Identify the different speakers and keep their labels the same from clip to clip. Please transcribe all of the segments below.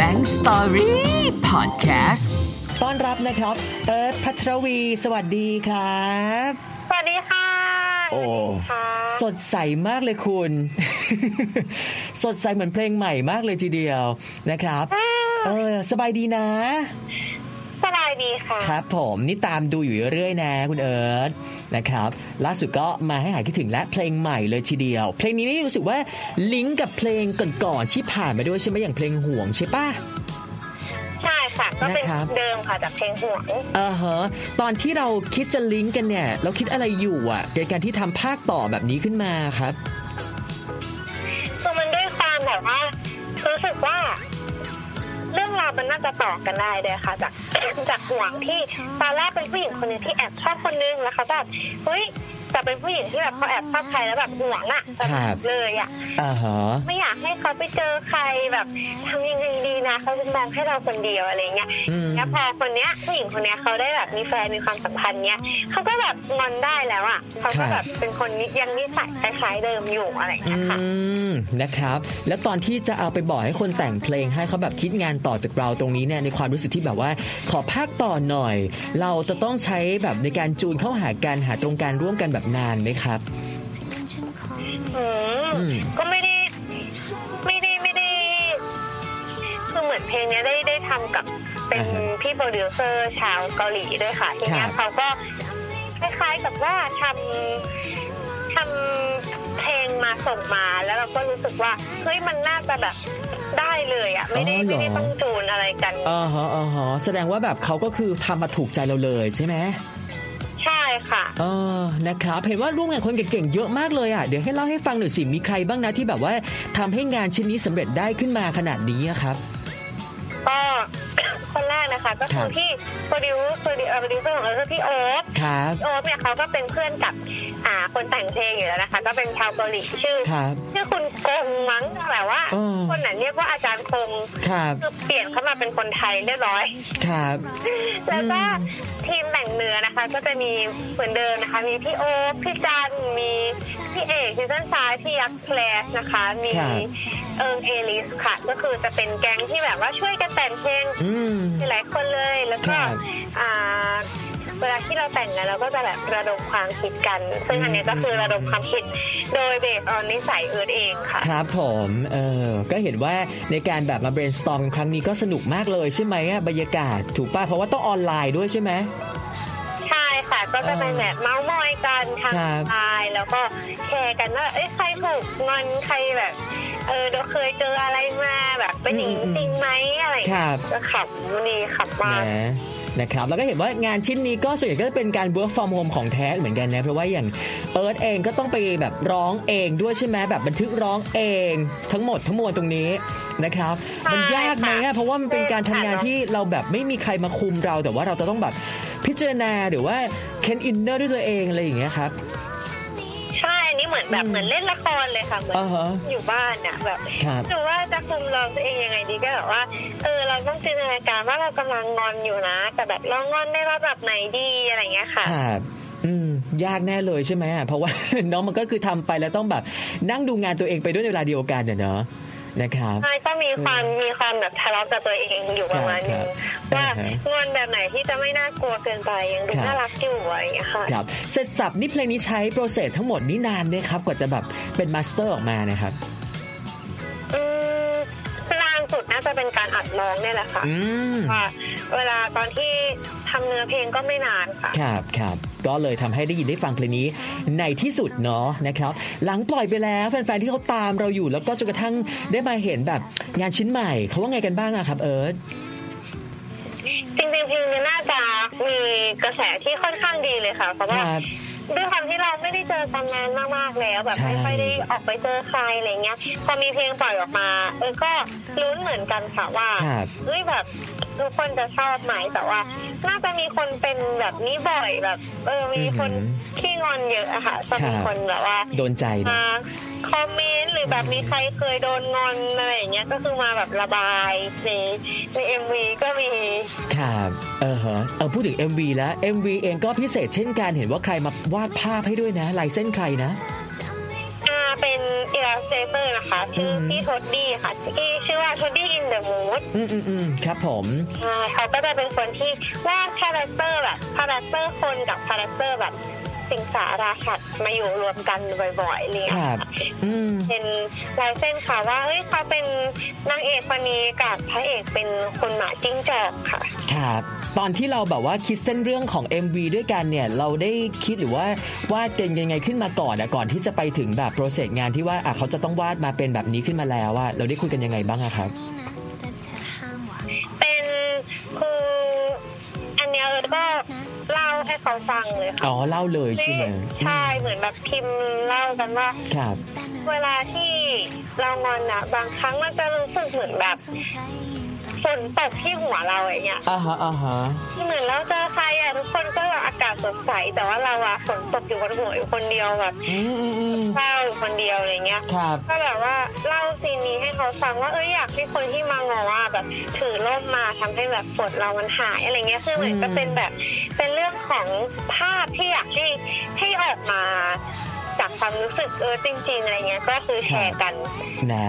Speaker 1: Bank Story Podcast
Speaker 2: ต้อนรับนะครับเอิร์ธพัชรวีสวัสดีครับ
Speaker 3: สวัสดีค่ะ
Speaker 2: โอ้
Speaker 3: ค่ะ
Speaker 2: สดใสมากเลยคุณ สดใสเหมือนเพลงใหม่มากเลยทีเดียวนะครับเออสบายดีนะ
Speaker 3: สบายดีค่ะ
Speaker 2: ครับผมนี่ตามดูอยู่เรื่อยๆนะ คุณเอิร์ธนะครับ ล่าสุดก็มาให้หายคิดถึงและเพลงใหม่เลยทีเดียว เพลงนี้นี่รู้สึกว่าลิงก์กับเพลงก่อนๆที่ผ่านมาด้วยใช่ไหมอย่างเพลงห่วงใช่ปะ
Speaker 3: ใช่ค่ะ ก็เป็น
Speaker 2: นะครับ
Speaker 3: เดิมค่ะจากเพลงห่วง
Speaker 2: อ่าฮะตอนที่เราคิดจะลิงก์กันเนี่ย เราคิดอะไรอยู่อ่ะในการที่ทำภาคต่อแบบนี้ขึ้นมาครับ
Speaker 3: คือมันด้วยความแบบว่ารู้สึกว่า เรื่องราวมันน่าจะต่อกันได้เลยค่ะ จาก จากห่วงที่ตอนแรกเป็นผู้หญิงคนหนึงที่แอบชอบคนนึงแล้วเขาแบบเฮ้ยแต่เป็นผู้หญิงที่แบบเขาแอบชอบใครแล้วแบบห่วงอะ
Speaker 2: ครับ
Speaker 3: เลยอะ
Speaker 2: อ่าฮะ
Speaker 3: ไม่อยากให้เขาไปเจอใครแบบทำยังไงดีนะเขาจะมองให้เราคนเดียวอะไรเงี้ย
Speaker 2: อืม
Speaker 3: แล้วพอคนเนี้ยผู้หญิงคนเนี้ยเขาได้แบบมีแฟนมีความสัมพันธ์เนี้ยเขาก็แบบงอนได้แล้วอ่ะเขาก็แบบเป็นคนนิยังนิสัยคล้ายๆเดิมอยู่อะไรอย่าง
Speaker 2: อื
Speaker 3: เงี้ยค่ะ
Speaker 2: ม นะครับ แล้วตอนที่จะเอาไปบอกให้คนแต่งเพลงให้เขาแบบคิดงานต่อจากเราตรงนี้เนี่ยในความรู้สึกที่แบบว่า ขอภาคต่อหน่อย เราจะต้องใช้แบบในการจูนเข้าหากันหาตรงการร่วมกันแบบนานไหมครับ
Speaker 3: อืม
Speaker 2: อืม
Speaker 3: ก็ไม่ได้ไม่ได้ไม่ได้คือเหมือนเพลงเนี้ยได้ได้ทำกับเป็น
Speaker 2: อ่าฮะ
Speaker 3: พี่โปรดิวเซอร์ชาวเกาหลีด้วยค่ะที
Speaker 2: ครั
Speaker 3: เนี้ย
Speaker 2: บ
Speaker 3: เขาก็คล้ายๆกับว่าทำทำเพลงมาส่งมาแล้วเราก็รู้สึกว่าเฮ้ยมันน่าจะแบบได้เลยอ่ะไม่ได้ไม่ได้ต้องจูนอะไรกัน
Speaker 2: อ๋อฮะอ๋อฮะแสดงว่าแบบเขาก็คือทำมาถูกใจเราเลยใช่ไหม
Speaker 3: ใช่ค่ะ
Speaker 2: เออนะครับ เห็นว่าร่วมงานคนเก่งๆเยอะมากเลยอ่ะ เดี๋ยวให้เล่าให้ฟังหน่อยสิ มีใครบ้างนะที่แบบว่าทำให้งานชิ้นนี้สำเร็จได้ขึ้นมาขนาดนี้อะครับ
Speaker 3: ก็ คนแรกนะคะ ก็
Speaker 2: ค
Speaker 3: คื
Speaker 2: รั
Speaker 3: อบ พี่โปรดิวโปรดิวโปรดิวเซอร์ของเราคือพี่โอ๊ต
Speaker 2: ครับ
Speaker 3: พี่โอ๊ตเนี่ยเขาก็เป็นเพื่อนกับอ่าคนแต่งเพลงอยู่แล้วนะคะ ก็เป็นชาวเกาหลีชื่อ
Speaker 2: ครับ
Speaker 3: ชื่อคุณกงมั้งแต่ว่า
Speaker 2: อืม
Speaker 3: คนไหนเรียกว่าอาจารย์คง
Speaker 2: ครับ
Speaker 3: คือเปลี่ยนเข้ามาเป็นคนไทยเรียบร้อย
Speaker 2: ครับ
Speaker 3: แล้วก็ทีมแต่งเนื้อนะคะ ก็จะมีเหมือนเดิมนะคะ มีพี่โอ๊คพี่จันมีพี่เอกซีซั่นซ้ายพี่ยักษ์แคลสนะคะ มี
Speaker 2: ครับ
Speaker 3: เอิงเอลิสค่ะ ก็คือจะเป็นแก๊งที่แบบว่าช่วยกันแต่งเพลง
Speaker 2: อืม
Speaker 3: มีหลายคนเลยแล้ว
Speaker 2: ค
Speaker 3: ก็
Speaker 2: รับ
Speaker 3: อ่าเวลาที่เราแต่งกันเราก็จะแบบระดมความคิดกัน ซึ่งอันเนี้ย
Speaker 2: อืม
Speaker 3: ก็คือระดมความคิด โดยเบสออนนิสัยเอิร์ดเองค่ะ
Speaker 2: ครับผม เออ ก็เห็นว่าในการแบบมา brainstorm กันครั้งนี้ก็สนุกมากเลยใช่ไหมอะบรรยากาศถูกป่ะ เพราะว่าต้องออนไลน์ด้วยใช่ไหม
Speaker 3: ใช่ค่ะ ก็จะเป็นแบบเมาส์มอยกันทาง
Speaker 2: ครับ
Speaker 3: ไลน์แล้วก็แชร์กันว่าเอ้ยใครถูกงอนใครแบบ เออเราเคยเจออะไรมาแบบเป็นอย่างนี้จริงไหมอะไรอย่า
Speaker 2: ค
Speaker 3: งเงี้ย
Speaker 2: รับ
Speaker 3: ก็ขับดีขับมาก
Speaker 2: นะนะครับ แล้วก็เห็นว่างานชิ้นนี้ก็ส่วนใหญ่ก็จะเป็นการ work from home ของแท้เหมือนกันนะ เพราะว่าอย่างเอิร์ธเองก็ต้องไปแบบร้องเองด้วยใช่ไหมแบบบันทึกร้องเองทั้งหมดทั้งมวลตรงนี้นะครับ มันยากไหมอะ
Speaker 3: ใช่ค่ะ
Speaker 2: เพราะว่ามันเป็นการทำงานที่เราแบบไม่มีใครมาคุมเราแต่ว่าเราจะต้องแบบพิจารณาหรือว่าเค้นอินเนอร์ด้วยตัวเองอะไรอย่างเงี้ยครับ
Speaker 3: ใช่อันนี้เหมือนแบบ
Speaker 2: อืม
Speaker 3: เหมือนเล่นละครเลยค่ะเหมือน
Speaker 2: อ่าฮะ
Speaker 3: อยู่บ้านน่ะแบบ
Speaker 2: ครับ
Speaker 3: หนูว่าจะคุมเราตัวเองยังไงดีก็แบบว่า เออเราต้องจินตนาการว่าเรากำลังงอนอยู่นะแต่แบบเรางอนได้ว่าแบบไหนดีอะไรอย่างเงี้ยค่ะ
Speaker 2: ครับอืม ยากแน่เลยใช่ไหมอะเพราะว่า น้องมันก็คือทำไปแล้วต้องแบบนั่งดูงานตัวเองไปด้วยในเวลาเดียวกันเนี่ยเนอะนะครับ
Speaker 3: ใช่ก็มีความมีความแบบทะเลาะกับตัวเองอยู่ประมาณนึ
Speaker 2: ค
Speaker 3: ง
Speaker 2: รับ
Speaker 3: ว่า
Speaker 2: อ่าฮะ
Speaker 3: งอนแบบไหนที่จะไม่น่ากลัวเกินไปยังดู
Speaker 2: ครับ
Speaker 3: น่ารักอยู่อะไรอย่างเงี้ยค่ะ
Speaker 2: ครับเสร็จสับนี่เพลงนี้ใช้โปรเซสทั้งหมดนี้นานไหมครับกว่าจะแบบเป็นมาสเตอร์ออกมานะครับ
Speaker 3: อืมลางสุดน่าจะเป็นการอัดร้องเนี่ยแหละค่ะ
Speaker 2: อืม
Speaker 3: ว่าเวลาตอนที่ทำเนื้อเพลงก็ไม่นานค่ะ
Speaker 2: ครับครับก็เลยทำให้ได้ยินได้ฟังเพลงนี้ในที่สุดเนาะนะครับ หลังปล่อยไปแล้วแฟนๆที่เขาตามเราอยู่ แล้วก็จนกระทั่งได้มาเห็นแบบงานชิ้นใหม่เขาว่าไงกันบ้างอะครับ เอิร์ธ
Speaker 3: จริงๆเพลงเนี่ยน่าจะมีกระแสที่ค่อนข้างดีเลยค่ะ เพราะว่า
Speaker 2: ครับ
Speaker 3: ด้วยความที่เราไม่ได้เจอกันนานมากๆแล้ว แบบ
Speaker 2: ใช่
Speaker 3: ไม่ค่อยได้ออกไปเจอใครอะไรเงี้ยพอมีเพลงปล่อยออกมาเออก็ลุ้นเหมือนกันค่ะว่า
Speaker 2: ครับ
Speaker 3: เฮ้ยแบบทุกคนจะชอบไหมแต่ว่า น่าจะมีคนเป็นแบบนี้บ่อยแบบ เออมีคนขี้งอนเยอะอะค่ะจะมีคนแบบว่า
Speaker 2: โดนใจนะ
Speaker 3: มาคอมเมนต์หรือแบบมีใครเคยโดนงอนอะไรอย่างเงี้ยก็คือมาแบบระบายในในเอ็มวีก็มี
Speaker 2: ครับเออฮะเออพูดถึง MV แล้ว MV เองก็พิเศษเช่นกันเห็นว่าใครมาวาดภาพให้ด้วยนะลายเส้นใครนะ
Speaker 3: อ่า เป็นอิล l สเ t อร์นะคะชื่อ
Speaker 2: ม
Speaker 3: พี่ทดดี้ค่ะที่ชื่อว่าทดดี้อินเดอะมูด
Speaker 2: อืมอืมอืมครับผม
Speaker 3: เขาก็จะเป็นคนที่วาดคาแรคเตอร์แบบคาแรคเตอร์คนกับคาแรคเตอร์แบบสิงสาราสัตว์มาอยู่รวมกันบ่อยๆเนี่ย
Speaker 2: ครับอืม
Speaker 3: เป็นลายเส้นค่ะว่าเฮ้ยเขาเป็นนางเอกคนนี้กับพระเอกเป็นคนหมาจิ้งจอกค่ะ
Speaker 2: ครับตอนที่เราแบบว่าคิดเส้นเรื่องของ MV ด้วยกันเนี่ย เราได้คิดหรือว่าวาดเป็นยังไงขึ้นมาก่อนอะก่อนที่จะไปถึงแบบโปรเซสงานที่ว่าอ่ะเขาจะต้องวาดมาเป็นแบบนี้ขึ้นมาแล้วว่าเราได้คุยกันยังไงบ้างอะครับ
Speaker 3: เป็นคืออันเนี้ยเออก็เล่าให้เขาฟังเลยค่ะ
Speaker 2: อ๋อเล่าเลยใช่ไหม
Speaker 3: ใช่เหมือนแบบพิมพ์เล่ากันว่า
Speaker 2: ครับ
Speaker 3: เวลาที่เรางอนนะบางครั้งมันจะรู้สึกเหมือนแบบฝนตกที่หัวเราอย่างเงี้ย
Speaker 2: อ่าฮะอ่าฮะ
Speaker 3: เหมือนเราเจอใครอ่ะทุกคนก็แบบอากาศสดใสแต่ว่าเราอะฝนตกอยู่บนหัวอยู่คนเดียวแบบ
Speaker 2: อืมอืมอืม
Speaker 3: เศร้าอยู่คนเดียวอะไรเงี้ย
Speaker 2: ครับ
Speaker 3: ก็แบบว่าเล่าซีนนี้ให้เขาฟังว่าเอ้ยอยากให้คนที่มางอว่าแบบถือร่มมาทำให้แบบปวดเรามันหายอะไรเงี้ยคือเหมือน
Speaker 2: อืม
Speaker 3: ก็เป็นแบบเป็นเรื่องของภาพที่อยากให้ให้ออกมา จากความรู้สึกเออจริงๆอะไรเงี้ยก็คือแชร์กัน
Speaker 2: นะ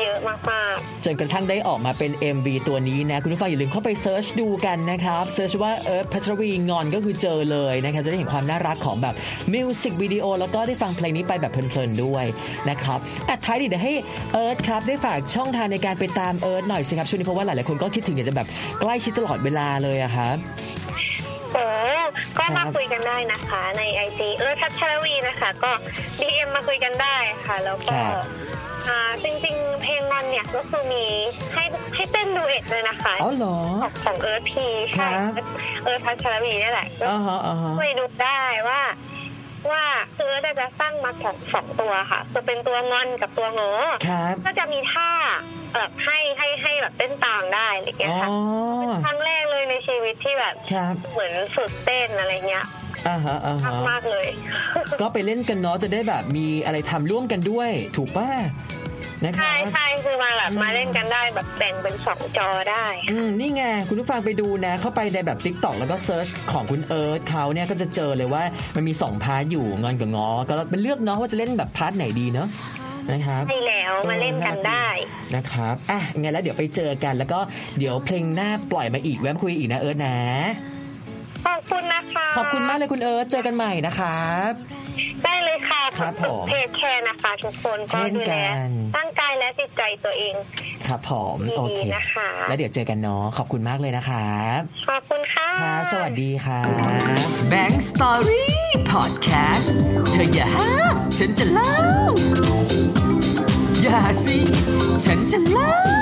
Speaker 3: เยอะมาก
Speaker 2: จนกระทั่งได้ออกมาเป็น MV ตัวนี้นะ คุณผู้ฟังอย่าลืมเข้าไปเซิร์ชดูกันนะครับเซิร์ชว่าเอิร์ธพัชรวีงอนก็คือเจอเลยนะครับจะได้เห็นความน่ารักของแบบมิวสิกวิดีโอแล้วก็ได้ฟังเพลงนี้ไปแบบเพลินๆด้วยนะครับอ่ะท้ายดีเดี๋ยวให้เอิร์ธครับได้ฝากช่องทางในการไปตามเอิร์ธหน่อยสิครับช่วงนี้เพราะว่าหลายๆคนก็คิดถึงอยากจะแบบใกล้ชิดตลอดเวลาเลยอะครับ
Speaker 3: ๆโอ้ก็
Speaker 2: ครั
Speaker 3: มา
Speaker 2: บ
Speaker 3: คุยกันได้นะคะ ในไอจีเออทัชชรวีนะคะ ก็ดีเอ็มมาคุยกันได้ค่ะ แล้วก็อ่าจริงๆเพลงงอนเนี่ยก็คือมีให้ให้เต้นดูเอ็ดเลยนะคะ
Speaker 2: อ๋อเหรอ
Speaker 3: ของเอิร์ธพีใช่
Speaker 2: ครับ
Speaker 3: เอิร์ธพัชรวีนี่แหละก็
Speaker 2: อ่าฮะอ่าฮะ
Speaker 3: คุยดูได้ว่า ว่าคือเอิร์ธจะสร้างมาสองสองตัวค่ะจะเป็นตัวงอนกับตัวโง่
Speaker 2: ครับ
Speaker 3: ก็จะมีท่าแบบให้ให้ให้แบบเต้นตามได้อะไรอย่างเงี้
Speaker 2: อ๋อ
Speaker 3: ยค่ะเป็นครั้งแรกเลยในชีวิตที่แบบ
Speaker 2: ครับ
Speaker 3: เหมือนฝึกเต้นอะไรเงี้ย
Speaker 2: อ่าฮะอ่าฮะ
Speaker 3: มากมากๆเลย
Speaker 2: ก็ไปเล่นกันเนาะจะได้แบบมีอะไรทำร่วมกันด้วย ถูกป่ะนะครั
Speaker 3: ใช่
Speaker 2: บ
Speaker 3: ใช่คือมาแบบมาเล่นกันได้แบบแบ่งเป็นสองจอได้
Speaker 2: อืมนี่ไง คุณผู้ฟังไปดูนะ เข้าไปในแบบ t ิ k t o k แล้วก็เซิร์ชของคุณเอิร์ธเขาเนี่ย ก็จะเจอเลยว่ามันมี 2 พาร์ทอยู่งอนกับงอ ก็เป็นเลือกเนาะว่าจะเล่นแบบพาร์ทไหนดีเนาะนะครับ
Speaker 3: ให้แล้วมาเล่นกันได้
Speaker 2: นะครับอ่ะงั้นแล้วเดี๋ยวไปเจอกันแล้วก็เดี๋ยวเพลงหน้าปล่อยมาอีกแวะมาคุยอีกนะเอิร์ธนะ
Speaker 3: ขอบคุณนะคะ
Speaker 2: ขอบคุณมากเลยคุณเอิร์ธเจอกันใหม่นะครับ
Speaker 3: ได้เลยค่ะ
Speaker 2: ครับผม
Speaker 3: เพจแคร์นะคะทุกคน
Speaker 2: เช่นกั
Speaker 3: ก็
Speaker 2: น
Speaker 3: ดูแลร่างกายและจิตใจตัวเอง
Speaker 2: ครับผม
Speaker 3: ดีๆ
Speaker 2: โอเค
Speaker 3: นะคะ
Speaker 2: แล้วเดี๋ยวเจอกันเนาะขอบคุณมากเลยนะครับ
Speaker 3: ขอบคุณค่ะ
Speaker 2: ครับ สวัสดีครับ
Speaker 1: Bank Story Podcast เธออย่าห้ามฉันจะเล่า อย่าสิ ฉันจะเล่า